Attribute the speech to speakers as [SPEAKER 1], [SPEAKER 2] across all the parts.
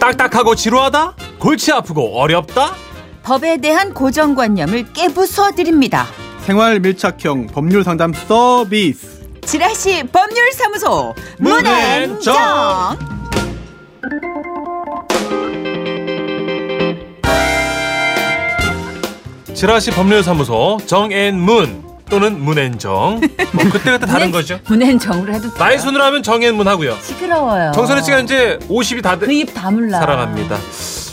[SPEAKER 1] 딱딱하고 지루하다? 골치 아프고 어렵다?
[SPEAKER 2] 법에 대한 고정관념을 깨부숴 드립니다.
[SPEAKER 3] 생활 밀착형 법률 상담 서비스.
[SPEAKER 2] 지라시 법률사무소 문앤정
[SPEAKER 1] 문앤정. 지라시 법률사무소 정앤문 또는 문앤정 뭐 그때그때 다른 거죠.
[SPEAKER 4] 문앤정으로 해도 돼요?
[SPEAKER 1] 나의 손으로 하면 정앤문 하고요.
[SPEAKER 4] 시끄러워요.
[SPEAKER 1] 정선혜 씨가 이제 50이 다 돼.
[SPEAKER 4] 그입 다물라.
[SPEAKER 1] 사랑합니다.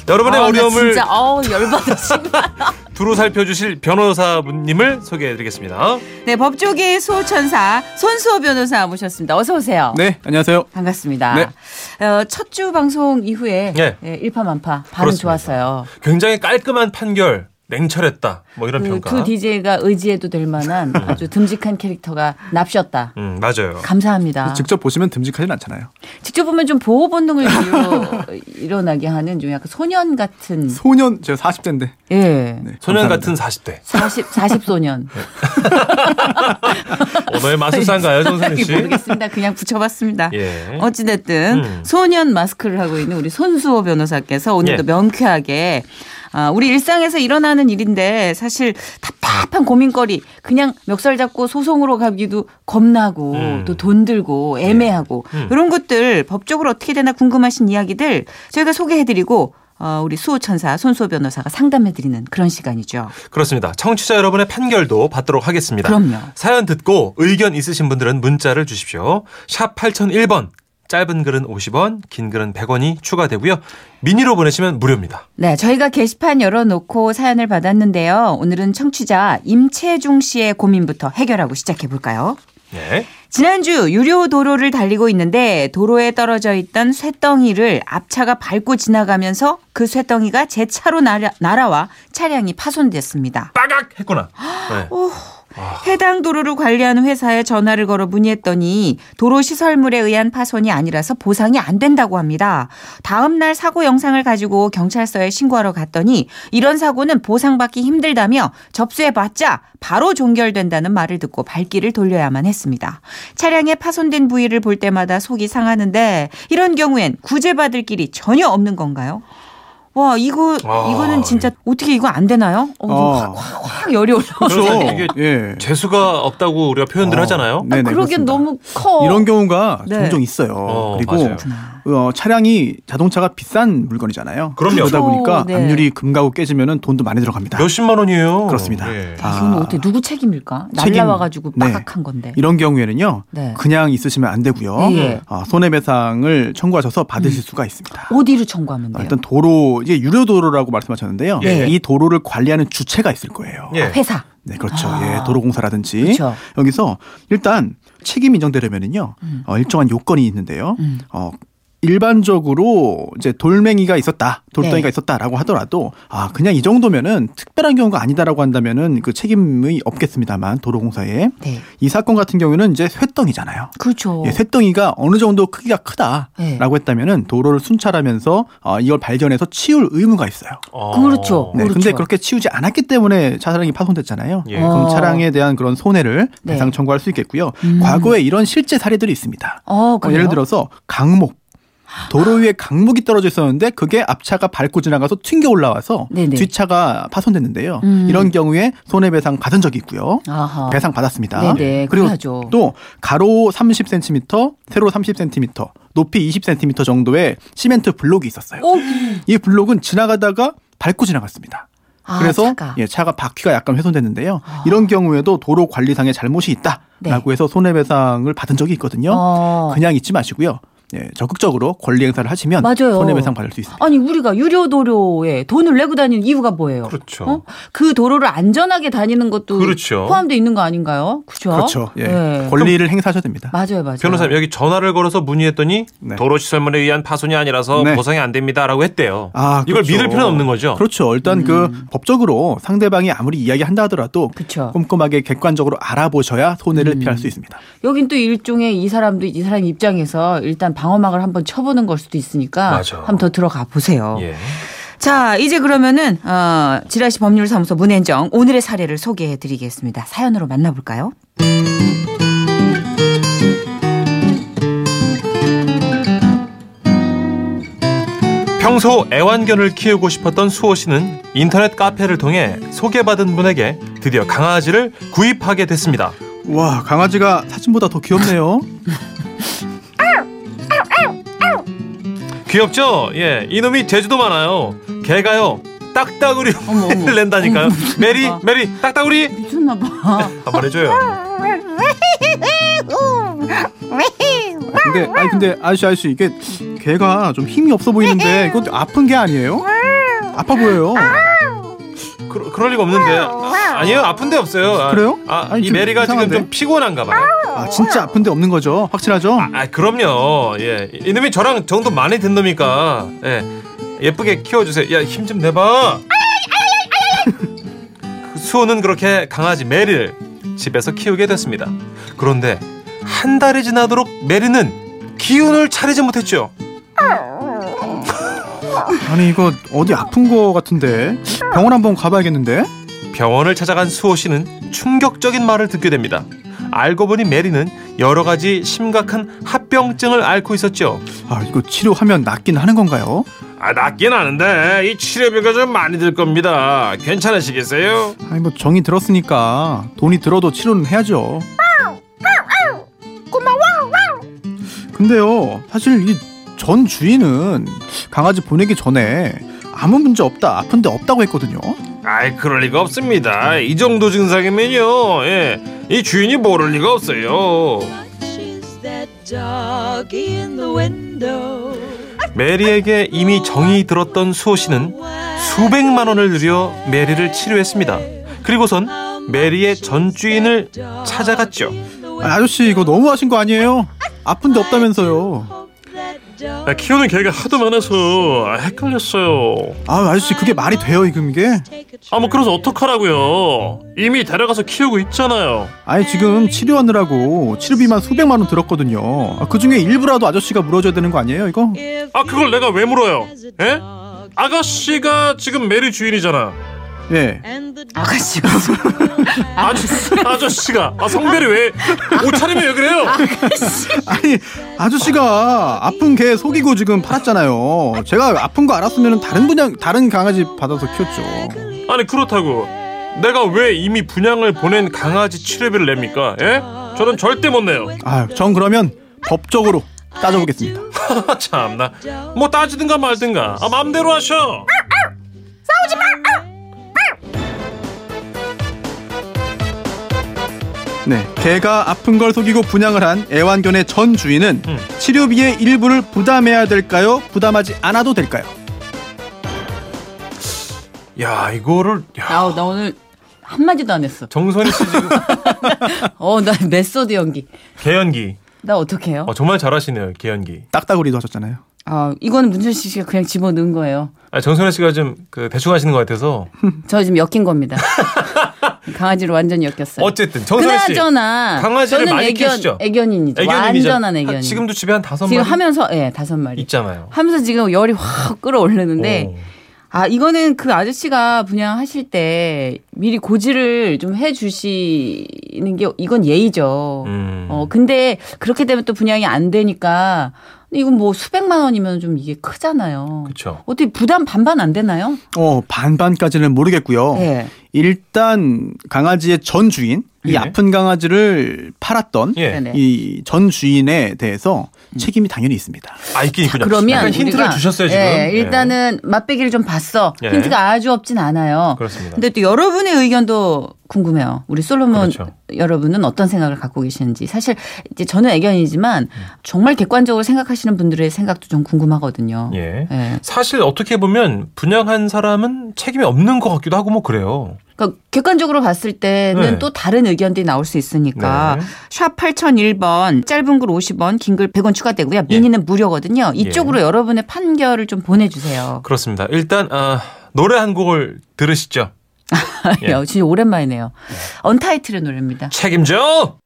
[SPEAKER 1] 여러분의
[SPEAKER 4] 아, 나
[SPEAKER 1] 어려움을
[SPEAKER 4] 진짜 어- 어우 열받아 정말.
[SPEAKER 1] 두루 살펴주실 변호사분님을 소개해드리겠습니다.
[SPEAKER 2] 네 법조계의 수호천사 손수호 변호사 모셨습니다. 어서 오세요.
[SPEAKER 3] 네, 안녕하세요.
[SPEAKER 2] 반갑습니다. 어, 첫 주 방송 이후에
[SPEAKER 1] 네.
[SPEAKER 2] 예, 일파만파 반응
[SPEAKER 1] 그렇습니다.
[SPEAKER 2] 좋았어요.
[SPEAKER 1] 굉장히 깔끔한 판결, 냉철했다. 뭐 이런
[SPEAKER 4] 그
[SPEAKER 1] 평가.
[SPEAKER 4] 두 DJ가 의지해도 될 만한 아주 듬직한 캐릭터가 납셨다.
[SPEAKER 1] 음, 맞아요.
[SPEAKER 4] 감사합니다.
[SPEAKER 1] 그렇죠.
[SPEAKER 3] 직접 보시면 듬직하진 않잖아요.
[SPEAKER 4] 직접 보면 좀 보호 본능을 뒤로 일어나게 하는 좀 약간 소년 같은
[SPEAKER 3] 소년 제가 40대인데.
[SPEAKER 4] 예.
[SPEAKER 3] 네,
[SPEAKER 1] 소년
[SPEAKER 3] 감사합니다.
[SPEAKER 1] 같은 40대.
[SPEAKER 4] 40 40 소년.
[SPEAKER 1] 언어의 마술사인가요, 정선혜 씨?
[SPEAKER 4] 모르겠습니다.
[SPEAKER 2] 그냥 붙여봤습니다.
[SPEAKER 1] 예.
[SPEAKER 2] 어찌됐든
[SPEAKER 1] 음.
[SPEAKER 2] 소년 마스크를 하고 있는 우리 손수호 변호사께서 오늘도
[SPEAKER 1] 예.
[SPEAKER 2] 명쾌하게 아, 우리 일상에서 일어나는 일인데 사실 답답한 고민거리 그냥 멱살 잡고 소송으로 가기도 겁나고
[SPEAKER 1] 음.
[SPEAKER 2] 또 돈 들고 애매하고
[SPEAKER 1] 음.
[SPEAKER 2] 이런 것들 법적으로 어떻게 되나 궁금하신 이야기들 저희가 소개해드리고 어, 우리 수호 천사 손수호 변호사가 상담해드리는 그런 시간이죠.
[SPEAKER 1] 그렇습니다. 청취자 여러분의 판결도 받도록 하겠습니다.
[SPEAKER 2] 그럼요.
[SPEAKER 1] 사연 듣고 의견 있으신 분들은 문자를 주십시오. 샵 8001번. 짧은 글은 50원, 긴 글은 100원이 추가되고요. 미니로 보내시면 무료입니다.
[SPEAKER 2] 네, 저희가 게시판 열어놓고 사연을 받았는데요. 오늘은 청취자 임채중 씨의 고민부터 해결하고 시작해 볼까요?
[SPEAKER 1] 네.
[SPEAKER 2] 지난주 유료 도로를 달리고 있는데 도로에 떨어져 있던 쇠덩이를 앞차가 밟고 지나가면서 그 쇠덩이가 제 차로 날아, 날아와 차량이 파손됐습니다.
[SPEAKER 1] 빠각 했구나. 네.
[SPEAKER 2] 해당 도로를 관리하는 회사에 전화를 걸어 문의했더니 도로 시설물에 의한 파손이 아니라서 보상이 안 된다고 합니다. 다음 날 사고 영상을 가지고 경찰서에 신고하러 갔더니 이런 사고는 보상받기 힘들다며 접수해봤자 바로 종결된다는 말을 듣고 발길을 돌려야만 했습니다. 차량의 파손된 부위를 볼 때마다 속이 상하는데 이런 경우엔 구제받을 길이 전혀 없는 건가요? 와 이거
[SPEAKER 1] 아,
[SPEAKER 2] 이거는 진짜 어떻게 이거 안 되나요? 어, 좀
[SPEAKER 3] 어.
[SPEAKER 2] 확, 확, 확 열이 올라오죠.
[SPEAKER 1] 그래서 이게
[SPEAKER 3] 예.
[SPEAKER 1] 재수가 없다고 우리가 표현들
[SPEAKER 3] 어,
[SPEAKER 1] 하잖아요.
[SPEAKER 3] 네네,
[SPEAKER 4] 그러기엔
[SPEAKER 3] 그렇습니다.
[SPEAKER 4] 너무 커.
[SPEAKER 3] 이런 경우가
[SPEAKER 2] 네.
[SPEAKER 3] 종종 있어요.
[SPEAKER 1] 어,
[SPEAKER 3] 그리고 어, 차량이 자동차가 비싼 물건이잖아요.
[SPEAKER 1] 그럼요.
[SPEAKER 3] 러다 보니까
[SPEAKER 4] 그렇죠. 네.
[SPEAKER 3] 압률이 금가고 깨지면 돈도 많이 들어갑니다.
[SPEAKER 1] 몇십만 원이에요.
[SPEAKER 3] 그렇습니다.
[SPEAKER 1] 예.
[SPEAKER 3] 아,
[SPEAKER 4] 이건 어떻게 누구 책임일까?
[SPEAKER 3] 책임.
[SPEAKER 4] 날라와가지고
[SPEAKER 3] 네.
[SPEAKER 4] 빠각한 건데.
[SPEAKER 3] 이런 경우에는요.
[SPEAKER 4] 네.
[SPEAKER 3] 그냥 있으시면 안 되고요.
[SPEAKER 4] 예.
[SPEAKER 3] 아, 손해배상을 청구하셔서
[SPEAKER 4] 음.
[SPEAKER 3] 받으실 수가 있습니다.
[SPEAKER 4] 어디로 청구하면
[SPEAKER 3] 어,
[SPEAKER 4] 돼요?
[SPEAKER 3] 일단 도로 이게 유료 도로라고 말씀하셨는데요.
[SPEAKER 1] 예.
[SPEAKER 3] 이 도로를 관리하는 주체가 있을 거예요.
[SPEAKER 1] 예.
[SPEAKER 4] 회사.
[SPEAKER 3] 네, 그렇죠.
[SPEAKER 4] 아.
[SPEAKER 3] 예, 도로공사라든지
[SPEAKER 4] 그렇죠.
[SPEAKER 3] 여기서 일단 책임 인정되려면은요 어, 일정한 요건이 있는데요.
[SPEAKER 4] 음.
[SPEAKER 3] 어, 일반적으로 이제 돌멩이가 있었다, 돌덩이가
[SPEAKER 4] 네.
[SPEAKER 3] 있었다라고 하더라도 아 그냥 이 정도면은 특별한 경우가 아니다라고 한다면은 그 책임이 없겠습니다만 도로공사에
[SPEAKER 4] 네.
[SPEAKER 3] 이 사건 같은 경우는 이제 쇠덩이잖아요.
[SPEAKER 4] 그렇죠.
[SPEAKER 3] 예, 쇳덩이가 어느 정도 크기가 크다라고
[SPEAKER 4] 네.
[SPEAKER 3] 했다면은 도로를 순찰하면서 어, 이걸 발견해서 치울 의무가 있어요.
[SPEAKER 1] 어.
[SPEAKER 4] 그렇죠.
[SPEAKER 3] 네, 근데
[SPEAKER 4] 그렇죠.
[SPEAKER 3] 그렇게 치우지 않았기 때문에 차량이 파손됐잖아요.
[SPEAKER 1] 예.
[SPEAKER 4] 어.
[SPEAKER 3] 그럼 차량에 대한 그런 손해를
[SPEAKER 4] 네.
[SPEAKER 3] 배상 청구할 수 있겠고요.
[SPEAKER 4] 음.
[SPEAKER 3] 과거에 이런 실제 사례들이 있습니다.
[SPEAKER 4] 어,
[SPEAKER 3] 어,
[SPEAKER 4] 그래요?
[SPEAKER 3] 예를 들어서 강목. 도로 위에 강목이 떨어져 있었는데 그게 앞차가 밟고 지나가서 튕겨 올라와서
[SPEAKER 4] 네네.
[SPEAKER 3] 뒷차가 파손됐는데요.
[SPEAKER 4] 음.
[SPEAKER 3] 이런 경우에 손해배상 받은 적이 있고요.
[SPEAKER 4] 아하.
[SPEAKER 3] 배상 받았습니다.
[SPEAKER 4] 네네,
[SPEAKER 3] 그리고
[SPEAKER 4] 그래야죠.
[SPEAKER 3] 또 가로 30cm, 세로 30cm, 높이 20cm 정도의 시멘트 블록이 있었어요.
[SPEAKER 4] 오,
[SPEAKER 3] 이 블록은 지나가다가 밟고 지나갔습니다.
[SPEAKER 4] 아,
[SPEAKER 3] 그래서
[SPEAKER 4] 차가. 아.
[SPEAKER 3] 예, 차가 바퀴가 약간 훼손됐는데요. 이런 경우에도 도로 관리상의 잘못이 있다라고 해서 손해배상을 받은 적이 있거든요.
[SPEAKER 4] 네. 어.
[SPEAKER 3] 그냥 잊지 마시고요. 예, 적극적으로 권리 행사를 하시면
[SPEAKER 4] 맞아요.
[SPEAKER 3] 손해배상 받을 수 있습니다.
[SPEAKER 4] 아니 우리가 유료 도로에 돈을 내고 다니는 이유가 뭐예요?
[SPEAKER 1] 그렇죠.
[SPEAKER 4] 어? 그 도로를 안전하게 다니는 것도
[SPEAKER 1] 그렇죠.
[SPEAKER 4] 포함되어 있는 거 아닌가요? 그렇죠.
[SPEAKER 3] 그렇죠. 예,
[SPEAKER 4] 예.
[SPEAKER 3] 권리를 행사하셔야 됩니다.
[SPEAKER 4] 맞아요, 맞아요.
[SPEAKER 1] 변호사님 여기 전화를 걸어서 문의했더니
[SPEAKER 3] 네.
[SPEAKER 1] 도로 시설물에 의한 파손이 아니라서
[SPEAKER 3] 네.
[SPEAKER 1] 보상이 안 됩니다라고 했대요.
[SPEAKER 3] 아,
[SPEAKER 1] 이걸
[SPEAKER 3] 그렇죠.
[SPEAKER 1] 믿을 필요는 없는 거죠.
[SPEAKER 3] 그렇죠. 일단 그 법적으로 상대방이 아무리 이야기한다 하더라도
[SPEAKER 4] 그쵸.
[SPEAKER 3] 꼼꼼하게 객관적으로 알아보셔야 손해를 피할 수 있습니다.
[SPEAKER 4] 여긴 또 일종의 이 사람도 이 사람 입장에서 일단 방어막을 한번 쳐보는 걸 수도 있으니까
[SPEAKER 1] 맞아.
[SPEAKER 4] 한번 더 들어가 보세요.
[SPEAKER 1] 예.
[SPEAKER 2] 자, 이제 그러면은 어, 지라시 법률사무소 문앤정 오늘의 사례를 소개해 드리겠습니다. 사연으로 만나볼까요?
[SPEAKER 1] 평소 애완견을 키우고 싶었던 수호 씨는 인터넷 카페를 통해 소개받은 분에게 드디어 강아지를 구입하게 됐습니다.
[SPEAKER 3] 와 강아지가 사진보다 더 귀엽네요.
[SPEAKER 1] 귀엽죠? 예, 이놈이 제주도 많아요. 개가요. 딱따구리
[SPEAKER 2] 어머, 어머.
[SPEAKER 1] 를 낸다니까요. 메리, 메리, 딱따구리
[SPEAKER 2] 미쳤나 봐.
[SPEAKER 1] 한번 해줘요.
[SPEAKER 3] 아, 근데 아니 근데 아저씨 아저씨 이게 개가 좀 힘이 없어 보이는데 이거 아픈 개 아니에요? 아파 보여요.
[SPEAKER 1] 그, 그럴 리가 없는데 아, 아니요 아픈데 없어요. 아,
[SPEAKER 3] 그래요?
[SPEAKER 1] 아,
[SPEAKER 3] 아니,
[SPEAKER 1] 이
[SPEAKER 3] 좀
[SPEAKER 1] 메리가
[SPEAKER 3] 이상한데?
[SPEAKER 1] 지금 좀 피곤한가 봐요.
[SPEAKER 3] 아 진짜 아픈데 없는 거죠? 확실하죠?
[SPEAKER 1] 아 그럼요. 예, 이- 이놈이 저랑 정도 많이 든 놈이니까 예, 예쁘게 키워주세요. 야 힘 좀 내봐. 그 수호는 그렇게 강아지 메리를 집에서 키우게 됐습니다. 그런데 한 달이 지나도록 메리는 기운을 차리지 못했죠.
[SPEAKER 3] 아니 이거 어디 아픈 거 같은데 병원 한번 가봐야겠는데?
[SPEAKER 1] 병원을 찾아간 수호 씨는 충격적인 말을 듣게 됩니다. 알고 보니 메리는 여러 가지 심각한 합병증을 앓고 있었죠.
[SPEAKER 3] 아 이거 치료하면 낫긴 하는 건가요?
[SPEAKER 1] 아, 낫긴 하는데 이 치료비가 좀 많이 들 겁니다. 괜찮으시겠어요?
[SPEAKER 3] 아니 뭐 정이 들었으니까 돈이 들어도 치료는 해야죠. 근데요 사실 이 전 주인은 강아지 보내기 전에 아무 문제 없다 아픈데 없다고 했거든요.
[SPEAKER 1] 아이, 그럴 리가 없습니다. 이 정도 증상이면요. 예. 이 주인이 모를 리가 없어요.
[SPEAKER 5] Watches that dog in the window.
[SPEAKER 1] 메리에게 이미 정이 들었던 수호 씨는 수백만 원을 들여 메리를 치료했습니다. 그리고선 메리의 전 주인을 찾아갔죠.
[SPEAKER 3] 아, 저씨 이거 너무하신 거 아니에요? 아픈데 없다면서요.
[SPEAKER 1] 아, 키우는 개가 하도 많아서 헷갈렸어요.
[SPEAKER 3] 아 아저씨 그게 말이 돼요 지금 이게?
[SPEAKER 1] 아, 뭐 그래서 어떡하라고요? 이미 데려가서 키우고 있잖아요.
[SPEAKER 3] 아니 지금 치료하느라고 치료비만 수백만 원 들었거든요. 아, 그 중에 일부라도 아저씨가 물어줘야 되는 거 아니에요 이거?
[SPEAKER 1] 아, 그걸 내가 왜 물어요? 예? 아가씨가 지금 메리 주인이잖아.
[SPEAKER 3] 예.
[SPEAKER 6] 아가씨가
[SPEAKER 1] 아저, 아저씨가 아 성별이 왜 옷차림이 왜 그래요?
[SPEAKER 3] 아니 아저씨가 아픈 개 속이고 지금 팔았잖아요. 제가 아픈 거 알았으면 다른 분양 다른 강아지 받아서 키웠죠.
[SPEAKER 1] 아니 그렇다고 내가 왜 이미 분양을 보낸 강아지 치료비를 냅니까? 예? 저는 절대 못 내요.
[SPEAKER 3] 아, 전 그러면 법적으로 따져보겠습니다.
[SPEAKER 1] 아, 참나. 뭐 따지든가 말든가 아 마음대로 하셔.
[SPEAKER 3] 네, 개가 아픈 걸 속이고 분양을 한 애완견의 전 주인은
[SPEAKER 1] 음.
[SPEAKER 3] 치료비의 일부를 부담해야 될까요? 부담하지 않아도 될까요?
[SPEAKER 1] 야 이거를 야,
[SPEAKER 2] 아우, 나 오늘 한마디도 안 했어.
[SPEAKER 1] 정선희 씨 지금
[SPEAKER 2] 어, 나 메소드 연기.
[SPEAKER 1] 개연기.
[SPEAKER 2] 나 어떡해요?
[SPEAKER 1] 어, 정말 잘하시네요 개연기.
[SPEAKER 3] 딱따구리도 하셨잖아요.
[SPEAKER 1] 어.
[SPEAKER 2] 아, 이거는 문준 씨가 그냥 집어넣은 거예요.
[SPEAKER 1] 아, 정선희 씨가 좀 그 대충 하시는 것 같아서
[SPEAKER 2] 저 지금 엮인 겁니다. 강아지로 완전히 엮였어요.
[SPEAKER 1] 어쨌든 정선희 씨.
[SPEAKER 2] 그나저나
[SPEAKER 1] 강아지를
[SPEAKER 2] 저는
[SPEAKER 1] 많이
[SPEAKER 2] 애견
[SPEAKER 1] 키우시죠?
[SPEAKER 2] 애견인이죠.
[SPEAKER 1] 애견인이죠?
[SPEAKER 2] 완전한 애견인.
[SPEAKER 1] 한- 아, 지금도 집에 한 다섯 마리
[SPEAKER 2] 지금 하면서 예 다섯 마리
[SPEAKER 1] 있잖아요.
[SPEAKER 2] 하면서 지금 열이 확 끌어오르는데
[SPEAKER 1] 오.
[SPEAKER 2] 아 이거는 그 아저씨가 분양하실 때 미리 고지를 좀 해주시는 게 이건 예의죠.
[SPEAKER 1] 음.
[SPEAKER 2] 어 근데 그렇게 되면 또 분양이 안 되니까 이건 뭐 수백만 원이면 좀 이게 크잖아요.
[SPEAKER 1] 그렇죠.
[SPEAKER 2] 어떻게 부담 반반 안 되나요?
[SPEAKER 3] 어, 반반까지는 모르겠고요.
[SPEAKER 2] 예.
[SPEAKER 3] 일단 강아지의 전 주인, 이
[SPEAKER 1] 예.
[SPEAKER 3] 아픈 강아지를 팔았던
[SPEAKER 1] 예.
[SPEAKER 2] 네네. 음.
[SPEAKER 3] 이 전 주인에 대해서 책임이 당연히 있습니다.
[SPEAKER 1] 아 있긴 있군요.
[SPEAKER 2] 그러면
[SPEAKER 1] 약간 힌트를
[SPEAKER 2] 우리가-
[SPEAKER 1] 주셨어요 지금.
[SPEAKER 2] 예,
[SPEAKER 1] 예.
[SPEAKER 2] 일단은 맛배기를 좀 봤어.
[SPEAKER 1] 예.
[SPEAKER 2] 힌트가 아주 없진 않아요.
[SPEAKER 1] 그렇습니다.
[SPEAKER 2] 근데 또 여러분의 의견도 궁금해요. 우리 솔로몬
[SPEAKER 1] 그렇죠.
[SPEAKER 2] 여러분은 어떤 생각을 갖고 계시는지. 사실 이제 저는 애견이지만
[SPEAKER 1] 음.
[SPEAKER 2] 정말 객관적으로 생각하시는 분들의 생각도 좀 궁금하거든요.
[SPEAKER 1] 예.
[SPEAKER 2] 예.
[SPEAKER 1] 사실 어떻게 보면 분양한 사람은 책임이 없는 것 같기도 하고 뭐 그래요.
[SPEAKER 2] 그러니까 객관적으로 봤을 때는
[SPEAKER 1] 네.
[SPEAKER 2] 또 다른 의견들이 나올 수 있으니까
[SPEAKER 1] 네.
[SPEAKER 6] 샵 8001번 짧은 글 50원 긴 글 100원 추가되고요.
[SPEAKER 1] 예.
[SPEAKER 6] 미니는 무료거든요. 이쪽으로 여러분의 판결을 좀 보내주세요.
[SPEAKER 1] 그렇습니다. 일단 아, 노래 한 곡을 들으시죠. 예.
[SPEAKER 2] 야, 진짜 오랜만이네요. 언타이틀의 노래입니다.
[SPEAKER 1] 책임져.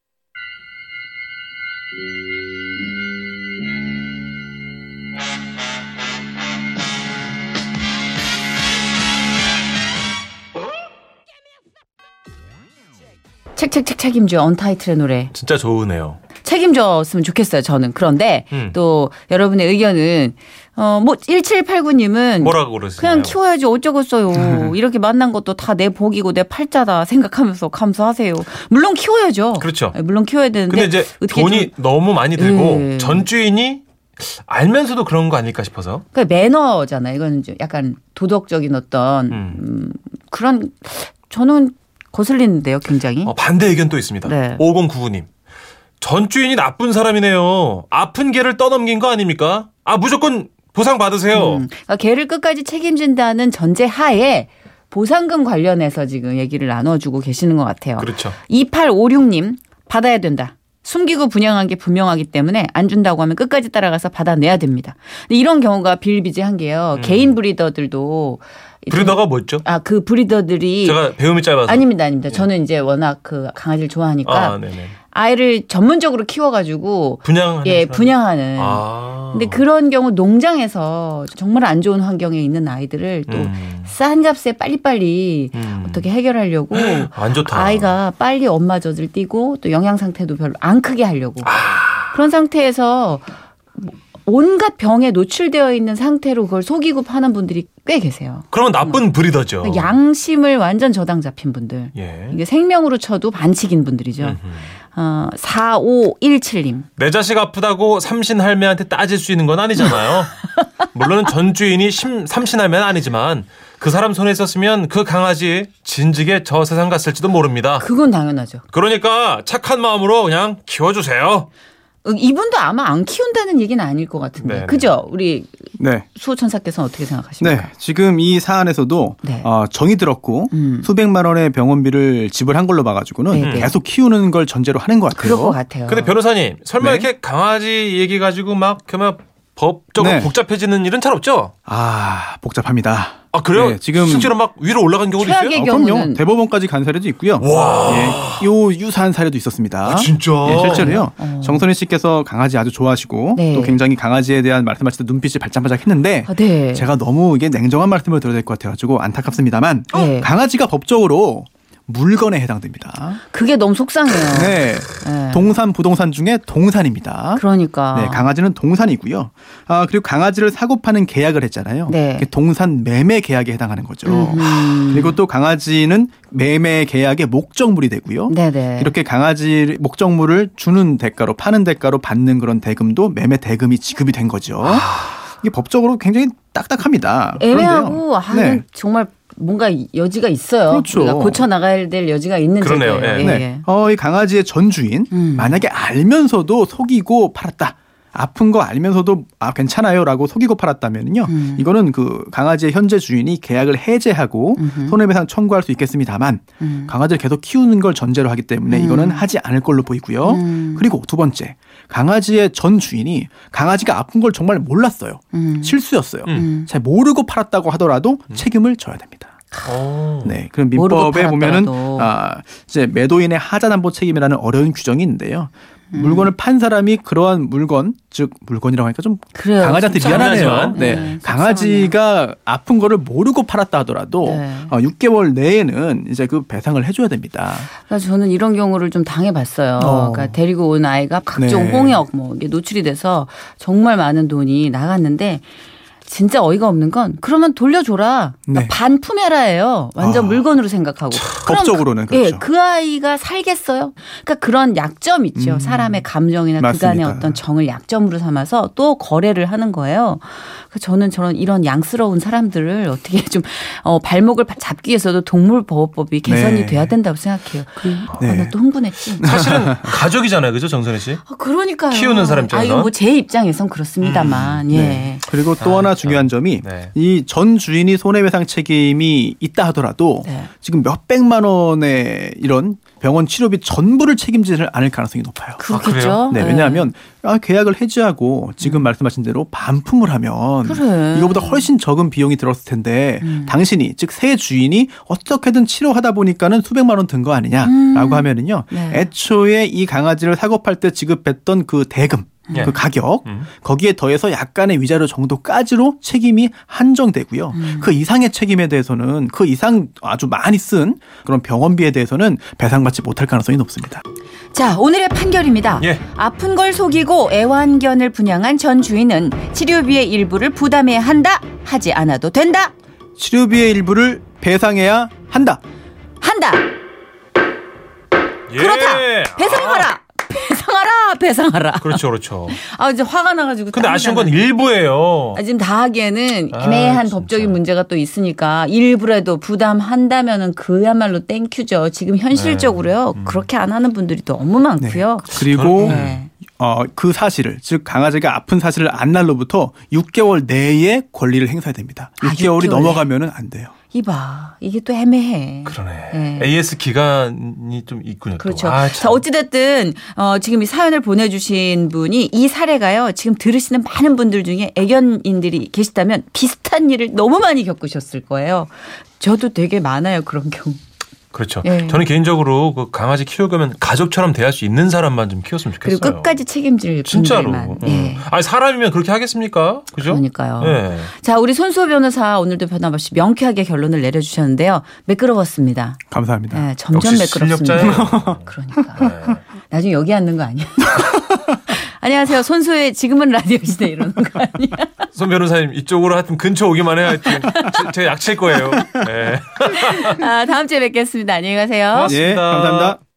[SPEAKER 2] 책책책 책임져 언타이틀의 노래.
[SPEAKER 1] 진짜 좋으네요.
[SPEAKER 2] 책임졌으면 좋겠어요, 저는. 그런데
[SPEAKER 1] 음.
[SPEAKER 2] 또 여러분의 의견은 어, 뭐 1789님은
[SPEAKER 1] 뭐라고 그러세요?
[SPEAKER 2] 그냥 키워야지 어쩌겠어요. 이렇게 만난 것도 다 내 복이고 내 팔자다 생각하면서 감수하세요. 물론 키워야죠.
[SPEAKER 1] 그렇죠.
[SPEAKER 2] 예, 물론 키워야 되는데
[SPEAKER 1] 근데 이제
[SPEAKER 2] 어떻게 좀
[SPEAKER 1] 돈이 너무 많이 들고
[SPEAKER 2] 예.
[SPEAKER 1] 전 주인이 알면서도 그런 거 아닐까 싶어서.
[SPEAKER 2] 그 매너잖아요. 이거는 좀 약간 도덕적인 어떤
[SPEAKER 1] 음.
[SPEAKER 2] 음, 그런 저는 거슬리는데요, 굉장히.
[SPEAKER 1] 어, 반대 의견 또 있습니다.
[SPEAKER 2] 음. 네.
[SPEAKER 1] 5099님. 전 주인이 나쁜 사람이네요. 아픈 개를 떠넘긴 거 아닙니까? 아, 무조건 보상 받으세요.
[SPEAKER 2] 음, 그러니까 걔를 끝까지 책임진다는 전제 하에 보상금 관련해서 지금 얘기를 나눠주고 계시는 것 같아요.
[SPEAKER 1] 그렇죠.
[SPEAKER 2] 2856님 받아야 된다. 숨기고 분양한 게 분명하기 때문에 안 준다고 하면 끝까지 따라가서 받아내야 됩니다. 근데 이런 경우가 비일비재한 게요. 개인 브리더들도
[SPEAKER 1] 음. 브리더가 뭐였죠?
[SPEAKER 2] 아그 브리더들이
[SPEAKER 1] 제가 배움이 짧아서. 예.
[SPEAKER 2] 아닙니다, 아닙니다. 저는 이제 워낙 그 강아지를 좋아하니까
[SPEAKER 1] 아, 네네.
[SPEAKER 2] 아이를 전문적으로 키워가지고
[SPEAKER 1] 분양하는
[SPEAKER 2] 예
[SPEAKER 1] 사람.
[SPEAKER 2] 분양하는.
[SPEAKER 1] 네, 아.
[SPEAKER 2] 근데 그런 경우 농장에서 정말 안 좋은 환경에 있는 아이들을 또
[SPEAKER 1] 음.
[SPEAKER 2] 싼 값에 빨리빨리
[SPEAKER 1] 음.
[SPEAKER 2] 어떻게 해결하려고
[SPEAKER 1] 안 좋다.
[SPEAKER 2] 아이가 빨리 엄마 젖을 띄고 또 영양 상태도 별로 안 크게 하려고
[SPEAKER 1] 아.
[SPEAKER 2] 그런 상태에서 뭐 온갖 병에 노출되어 있는 상태로 그걸 속이고 파는 분들이 꽤 계세요.
[SPEAKER 1] 그러면 나쁜 브리더죠.
[SPEAKER 2] 뭐 양심을 완전 저당 잡힌 분들.
[SPEAKER 1] 어. 예.
[SPEAKER 2] 이게 생명으로 쳐도 반칙인 분들이죠.
[SPEAKER 1] 음흠.
[SPEAKER 2] 어, 4517님.
[SPEAKER 1] 내 자식 아프다고 삼신 할매한테 따질 수 있는 건 아니잖아요. 물론 전 주인이 심- 삼신 할매는 아니지만 그 사람 손에 있었으면 그 강아지 진즉에 저 세상 갔을지도 모릅니다.
[SPEAKER 2] 그건 당연하죠.
[SPEAKER 1] 그러니까 착한 마음으로 그냥 키워주세요.
[SPEAKER 2] 어, 이분도 아마 안 키운다는 얘기는 아닐 것 같은데.
[SPEAKER 1] 네네.
[SPEAKER 2] 그죠? 우리
[SPEAKER 3] 네.
[SPEAKER 2] 수호천사께서는 어떻게
[SPEAKER 3] 네,
[SPEAKER 2] 생각하십니까?
[SPEAKER 3] 지금 이 사안에서도
[SPEAKER 2] 네.
[SPEAKER 3] 어, 정이 들었고
[SPEAKER 2] 음.
[SPEAKER 3] 수백만 원의 병원비를 지불한 걸로 봐가지고는
[SPEAKER 2] 네, 네.
[SPEAKER 3] 계속 키우는 걸 전제로 하는 것 같아요.
[SPEAKER 2] 그럴 것 같아요.
[SPEAKER 1] 근데 변호사님 설마
[SPEAKER 3] 네.
[SPEAKER 1] 이렇게 강아지 얘기 가지고 막 그만 법적으로
[SPEAKER 3] 네.
[SPEAKER 1] 복잡해지는 일은 잘 없죠?
[SPEAKER 3] 아 복잡합니다.
[SPEAKER 1] 아 그래요?
[SPEAKER 3] 네, 지금-
[SPEAKER 1] 실제로 막 위로 올라간 경우도
[SPEAKER 2] 최악의
[SPEAKER 1] 있어요?
[SPEAKER 2] 이
[SPEAKER 3] 어,
[SPEAKER 2] 경우는-
[SPEAKER 3] 그럼요. 대법원까지 간 사례도 있고요.
[SPEAKER 1] 와.
[SPEAKER 3] 예, 요 유사한 사례도 있었습니다.
[SPEAKER 1] 아, 진짜.
[SPEAKER 3] 예, 실제로요.
[SPEAKER 2] 어.
[SPEAKER 3] 정선희 씨께서 강아지 아주 좋아하시고
[SPEAKER 2] 네.
[SPEAKER 3] 또 굉장히 강아지에 대한 말씀하실 때 눈빛이 발짝발짝했는데
[SPEAKER 2] 아, 네.
[SPEAKER 3] 제가 너무 이게 냉정한 말씀을 드려야 될 것 같아가지고 안타깝습니다만
[SPEAKER 2] 네.
[SPEAKER 3] 어? 강아지가 법적으로 물건에 해당됩니다.
[SPEAKER 2] 그게 너무 속상해요.
[SPEAKER 3] 네,
[SPEAKER 2] 예.
[SPEAKER 3] 동산 부동산 중에 동산입니다.
[SPEAKER 2] 그러니까.
[SPEAKER 3] 네, 강아지는 동산이고요. 아 그리고 강아지를 사고 파는 계약을 했잖아요.
[SPEAKER 2] 네.
[SPEAKER 3] 그게 동산 매매 계약에 해당하는 거죠.
[SPEAKER 2] 음.
[SPEAKER 3] 그리고 또 강아지는 매매 계약의 목적물이 되고요.
[SPEAKER 2] 네네.
[SPEAKER 3] 이렇게 강아지 목적물을 주는 대가로 파는 대가로 받는 그런 대금도 매매 대금이 지급이 된 거죠. 이게 법적으로 굉장히 딱딱합니다.
[SPEAKER 2] 아. 애매하고 아,
[SPEAKER 3] 그런데요. 네.
[SPEAKER 2] 이건 정말 뭔가 여지가 있어요.
[SPEAKER 3] 그렇죠.
[SPEAKER 2] 우리가 고쳐 나가야 될 여지가 있는
[SPEAKER 1] 그러네요.
[SPEAKER 2] 제도예요.
[SPEAKER 1] 예.
[SPEAKER 2] 예,
[SPEAKER 3] 네.
[SPEAKER 2] 예.
[SPEAKER 3] 어, 이 강아지의 전 주인
[SPEAKER 2] 음.
[SPEAKER 3] 만약에 알면서도 속이고 팔았다. 아픈 거 알면서도 아 괜찮아요라고 속이고 팔았다면요.
[SPEAKER 2] 음.
[SPEAKER 3] 이거는 그 강아지의 현재 주인이 계약을 해제하고
[SPEAKER 2] 음흠.
[SPEAKER 3] 손해배상 청구할 수 있겠습니다만
[SPEAKER 2] 음.
[SPEAKER 3] 강아지를 계속 키우는 걸 전제로 하기 때문에 이거는 하지 않을 걸로 보이고요.
[SPEAKER 2] 음.
[SPEAKER 3] 그리고 두 번째, 강아지의 전 주인이 강아지가 아픈 걸 정말 몰랐어요.
[SPEAKER 2] 음.
[SPEAKER 3] 실수였어요.
[SPEAKER 1] 음.
[SPEAKER 3] 잘 모르고 팔았다고 하더라도 책임을 져야 됩니다.
[SPEAKER 1] 어.
[SPEAKER 3] 네, 그럼
[SPEAKER 2] 모르고
[SPEAKER 3] 민법에 보면은
[SPEAKER 2] 팔았더라도.
[SPEAKER 3] 아, 이제 매도인의 하자담보 책임이라는 어려운 규정이 있는데요. 물건을 판 사람이 그러한 물건, 즉 물건이라고 하니까 좀
[SPEAKER 2] 그래요.
[SPEAKER 3] 강아지한테
[SPEAKER 1] 진짜
[SPEAKER 3] 미안하네요.
[SPEAKER 1] 미안하지만.
[SPEAKER 3] 네,
[SPEAKER 2] 네,
[SPEAKER 3] 강아지가 아픈 거를 모르고 팔았다 하더라도
[SPEAKER 2] 네.
[SPEAKER 3] 어, 6개월 내에는 이제 그 배상을 해줘야 됩니다.
[SPEAKER 2] 그러니까 저는 이런 경우를 좀 당해봤어요.
[SPEAKER 3] 어.
[SPEAKER 2] 그러니까 데리고 온 아이가 각종
[SPEAKER 3] 네.
[SPEAKER 2] 홍역 뭐 이게 노출이 돼서 정말 많은 돈이 나갔는데 진짜 어이가 없는 건 그러면 돌려줘라. 그러니까
[SPEAKER 3] 네.
[SPEAKER 2] 반품해라예요. 완전
[SPEAKER 3] 아.
[SPEAKER 2] 물건으로 생각하고. 그럼
[SPEAKER 3] 법적으로는
[SPEAKER 2] 그, 예,
[SPEAKER 3] 그렇죠.
[SPEAKER 2] 그 아이가 살겠어요. 그러니까 그런 약점 있죠. 사람의 감정이나 그간의
[SPEAKER 3] 음. 맞습니다.
[SPEAKER 2] 어떤 정을 약점으로 삼아서 또 거래를 하는 거예요. 그래서 저는 저런 이런 양스러운 사람들을 어떻게 좀 어, 발목을 잡기 위해서도 동물보호법이 개선이
[SPEAKER 3] 네.
[SPEAKER 2] 돼야 된다고 생각해요.
[SPEAKER 3] 네.
[SPEAKER 2] 아, 나또 흥분했지.
[SPEAKER 1] 사실은 가족이잖아요, 그죠, 정선희 씨?
[SPEAKER 2] 아, 그러니까요.
[SPEAKER 1] 키우는 음, 사람
[SPEAKER 2] 아, 이거
[SPEAKER 1] 입장에선.
[SPEAKER 2] 뭐제 입장에선 그렇습니다만, 예.
[SPEAKER 3] 네. 그리고 또
[SPEAKER 1] 아,
[SPEAKER 3] 하나
[SPEAKER 1] 참.
[SPEAKER 3] 중요한 점이
[SPEAKER 1] 네.
[SPEAKER 3] 이 전 주인이 손해배상 책임이 있다 하더라도
[SPEAKER 2] 네.
[SPEAKER 3] 지금 몇 백만 원의 이런 병원 치료비 전부를 책임지지 않을 가능성이 높아요.
[SPEAKER 2] 그렇겠죠. 예. 음.
[SPEAKER 1] 그래요?
[SPEAKER 3] 네, 왜냐하면 아, 계약을 해지하고 지금 말씀하신 대로 반품을 하면
[SPEAKER 2] 그래. 음.
[SPEAKER 3] 이거보다 훨씬 적은 비용이 들었을 텐데 당신이 즉 새 주인이 어떻게든 치료하다 보니까는 수백만 원 든 거 아니냐라고 하면은요
[SPEAKER 2] 음. 네.
[SPEAKER 3] 애초에 이 강아지를 사고 팔 때 지급했던 그 대금
[SPEAKER 1] 예.
[SPEAKER 3] 그 가격
[SPEAKER 1] 음.
[SPEAKER 3] 거기에 더해서 약간의 위자료 정도까지로 책임이 한정되고요.
[SPEAKER 2] 음.
[SPEAKER 3] 그 이상의 책임에 대해서는 그 이상 아주 많이 쓴 그런 병원비에 대해서는 배상받지 못할 가능성이 높습니다.
[SPEAKER 2] 자, 오늘의 판결입니다.
[SPEAKER 1] 예.
[SPEAKER 2] 아픈 걸 속이고 애완견을 분양한 전 주인은 치료비의 일부를 부담해야 한다. 하지 않아도 된다.
[SPEAKER 3] 치료비의 일부를 배상해야 한다.
[SPEAKER 2] 한다.
[SPEAKER 1] 예. 아.
[SPEAKER 2] 그렇다. 배상하라. 배상하라. 배상하라.
[SPEAKER 1] 그렇죠, 그렇죠.
[SPEAKER 2] 아, 이제 화가 나 가지고
[SPEAKER 1] 근데 아쉬운 건 일부예요.
[SPEAKER 2] 아, 지금 다 하기에는
[SPEAKER 1] 어. 아,
[SPEAKER 2] 애매한
[SPEAKER 1] 진짜.
[SPEAKER 2] 법적인 문제가 또 있으니까 일부라도 부담한다면은 그야말로 땡큐죠. 지금 현실적으로요.
[SPEAKER 1] 네. 음.
[SPEAKER 2] 그렇게 안 하는 분들이 너무 네. 많고요.
[SPEAKER 3] 그리고
[SPEAKER 1] 저는-
[SPEAKER 2] 네.
[SPEAKER 3] 어, 그 사실을 즉 강아지가 아픈 사실을 안 날로부터 6개월 내에 권리를 행사해야 됩니다.
[SPEAKER 2] 아,
[SPEAKER 3] 6개월이
[SPEAKER 2] 6개월.
[SPEAKER 3] 넘어가면은 안 돼요.
[SPEAKER 2] 이봐. 이게 또 애매해.
[SPEAKER 1] 그러네.
[SPEAKER 2] 네.
[SPEAKER 1] AS 기간이 좀 있군요. 또.
[SPEAKER 2] 그렇죠.
[SPEAKER 1] 아, 참.
[SPEAKER 2] 자, 어찌됐든, 어, 지금 이 사연을 보내주신 분이 이 사례가요, 지금 들으시는 많은 분들 중에 애견인들이 계시다면 비슷한 일을 너무 많이 겪으셨을 거예요. 저도 되게 많아요, 그런 경우.
[SPEAKER 1] 그렇죠.
[SPEAKER 2] 예.
[SPEAKER 1] 저는 개인적으로 그 강아지 키우려면 가족처럼 대할 수 있는 사람만 좀 키웠으면 좋겠어요.
[SPEAKER 2] 그리고 끝까지 책임질
[SPEAKER 1] 진짜로.
[SPEAKER 2] 분들만.
[SPEAKER 1] 음.
[SPEAKER 2] 예.
[SPEAKER 1] 아니 사람이면 그렇게 하겠습니까? 그죠?
[SPEAKER 2] 그러니까요.
[SPEAKER 1] 예.
[SPEAKER 2] 자, 우리 손수호 변호사 오늘도 변함없이 명쾌하게 결론을 내려주셨는데요. 매끄러웠습니다.
[SPEAKER 3] 감사합니다.
[SPEAKER 2] 예, 점점
[SPEAKER 1] 역시 실력자예요. 네.
[SPEAKER 2] 매끄럽습니다. 그러니까. 나중에 여기 앉는 거 아니야? 안녕하세요. 손수의 지금은 라디오 시대 이러는 거 아니야?
[SPEAKER 1] 손 변호사님 이쪽으로 하여튼 근처 오기만 해야 하여튼 제- 제가 약칠 거예요. 예.
[SPEAKER 2] 아, 다음 주에 뵙겠습니다. 안녕히 가세요.
[SPEAKER 1] 고맙습니다.
[SPEAKER 3] 예, 감사합니다.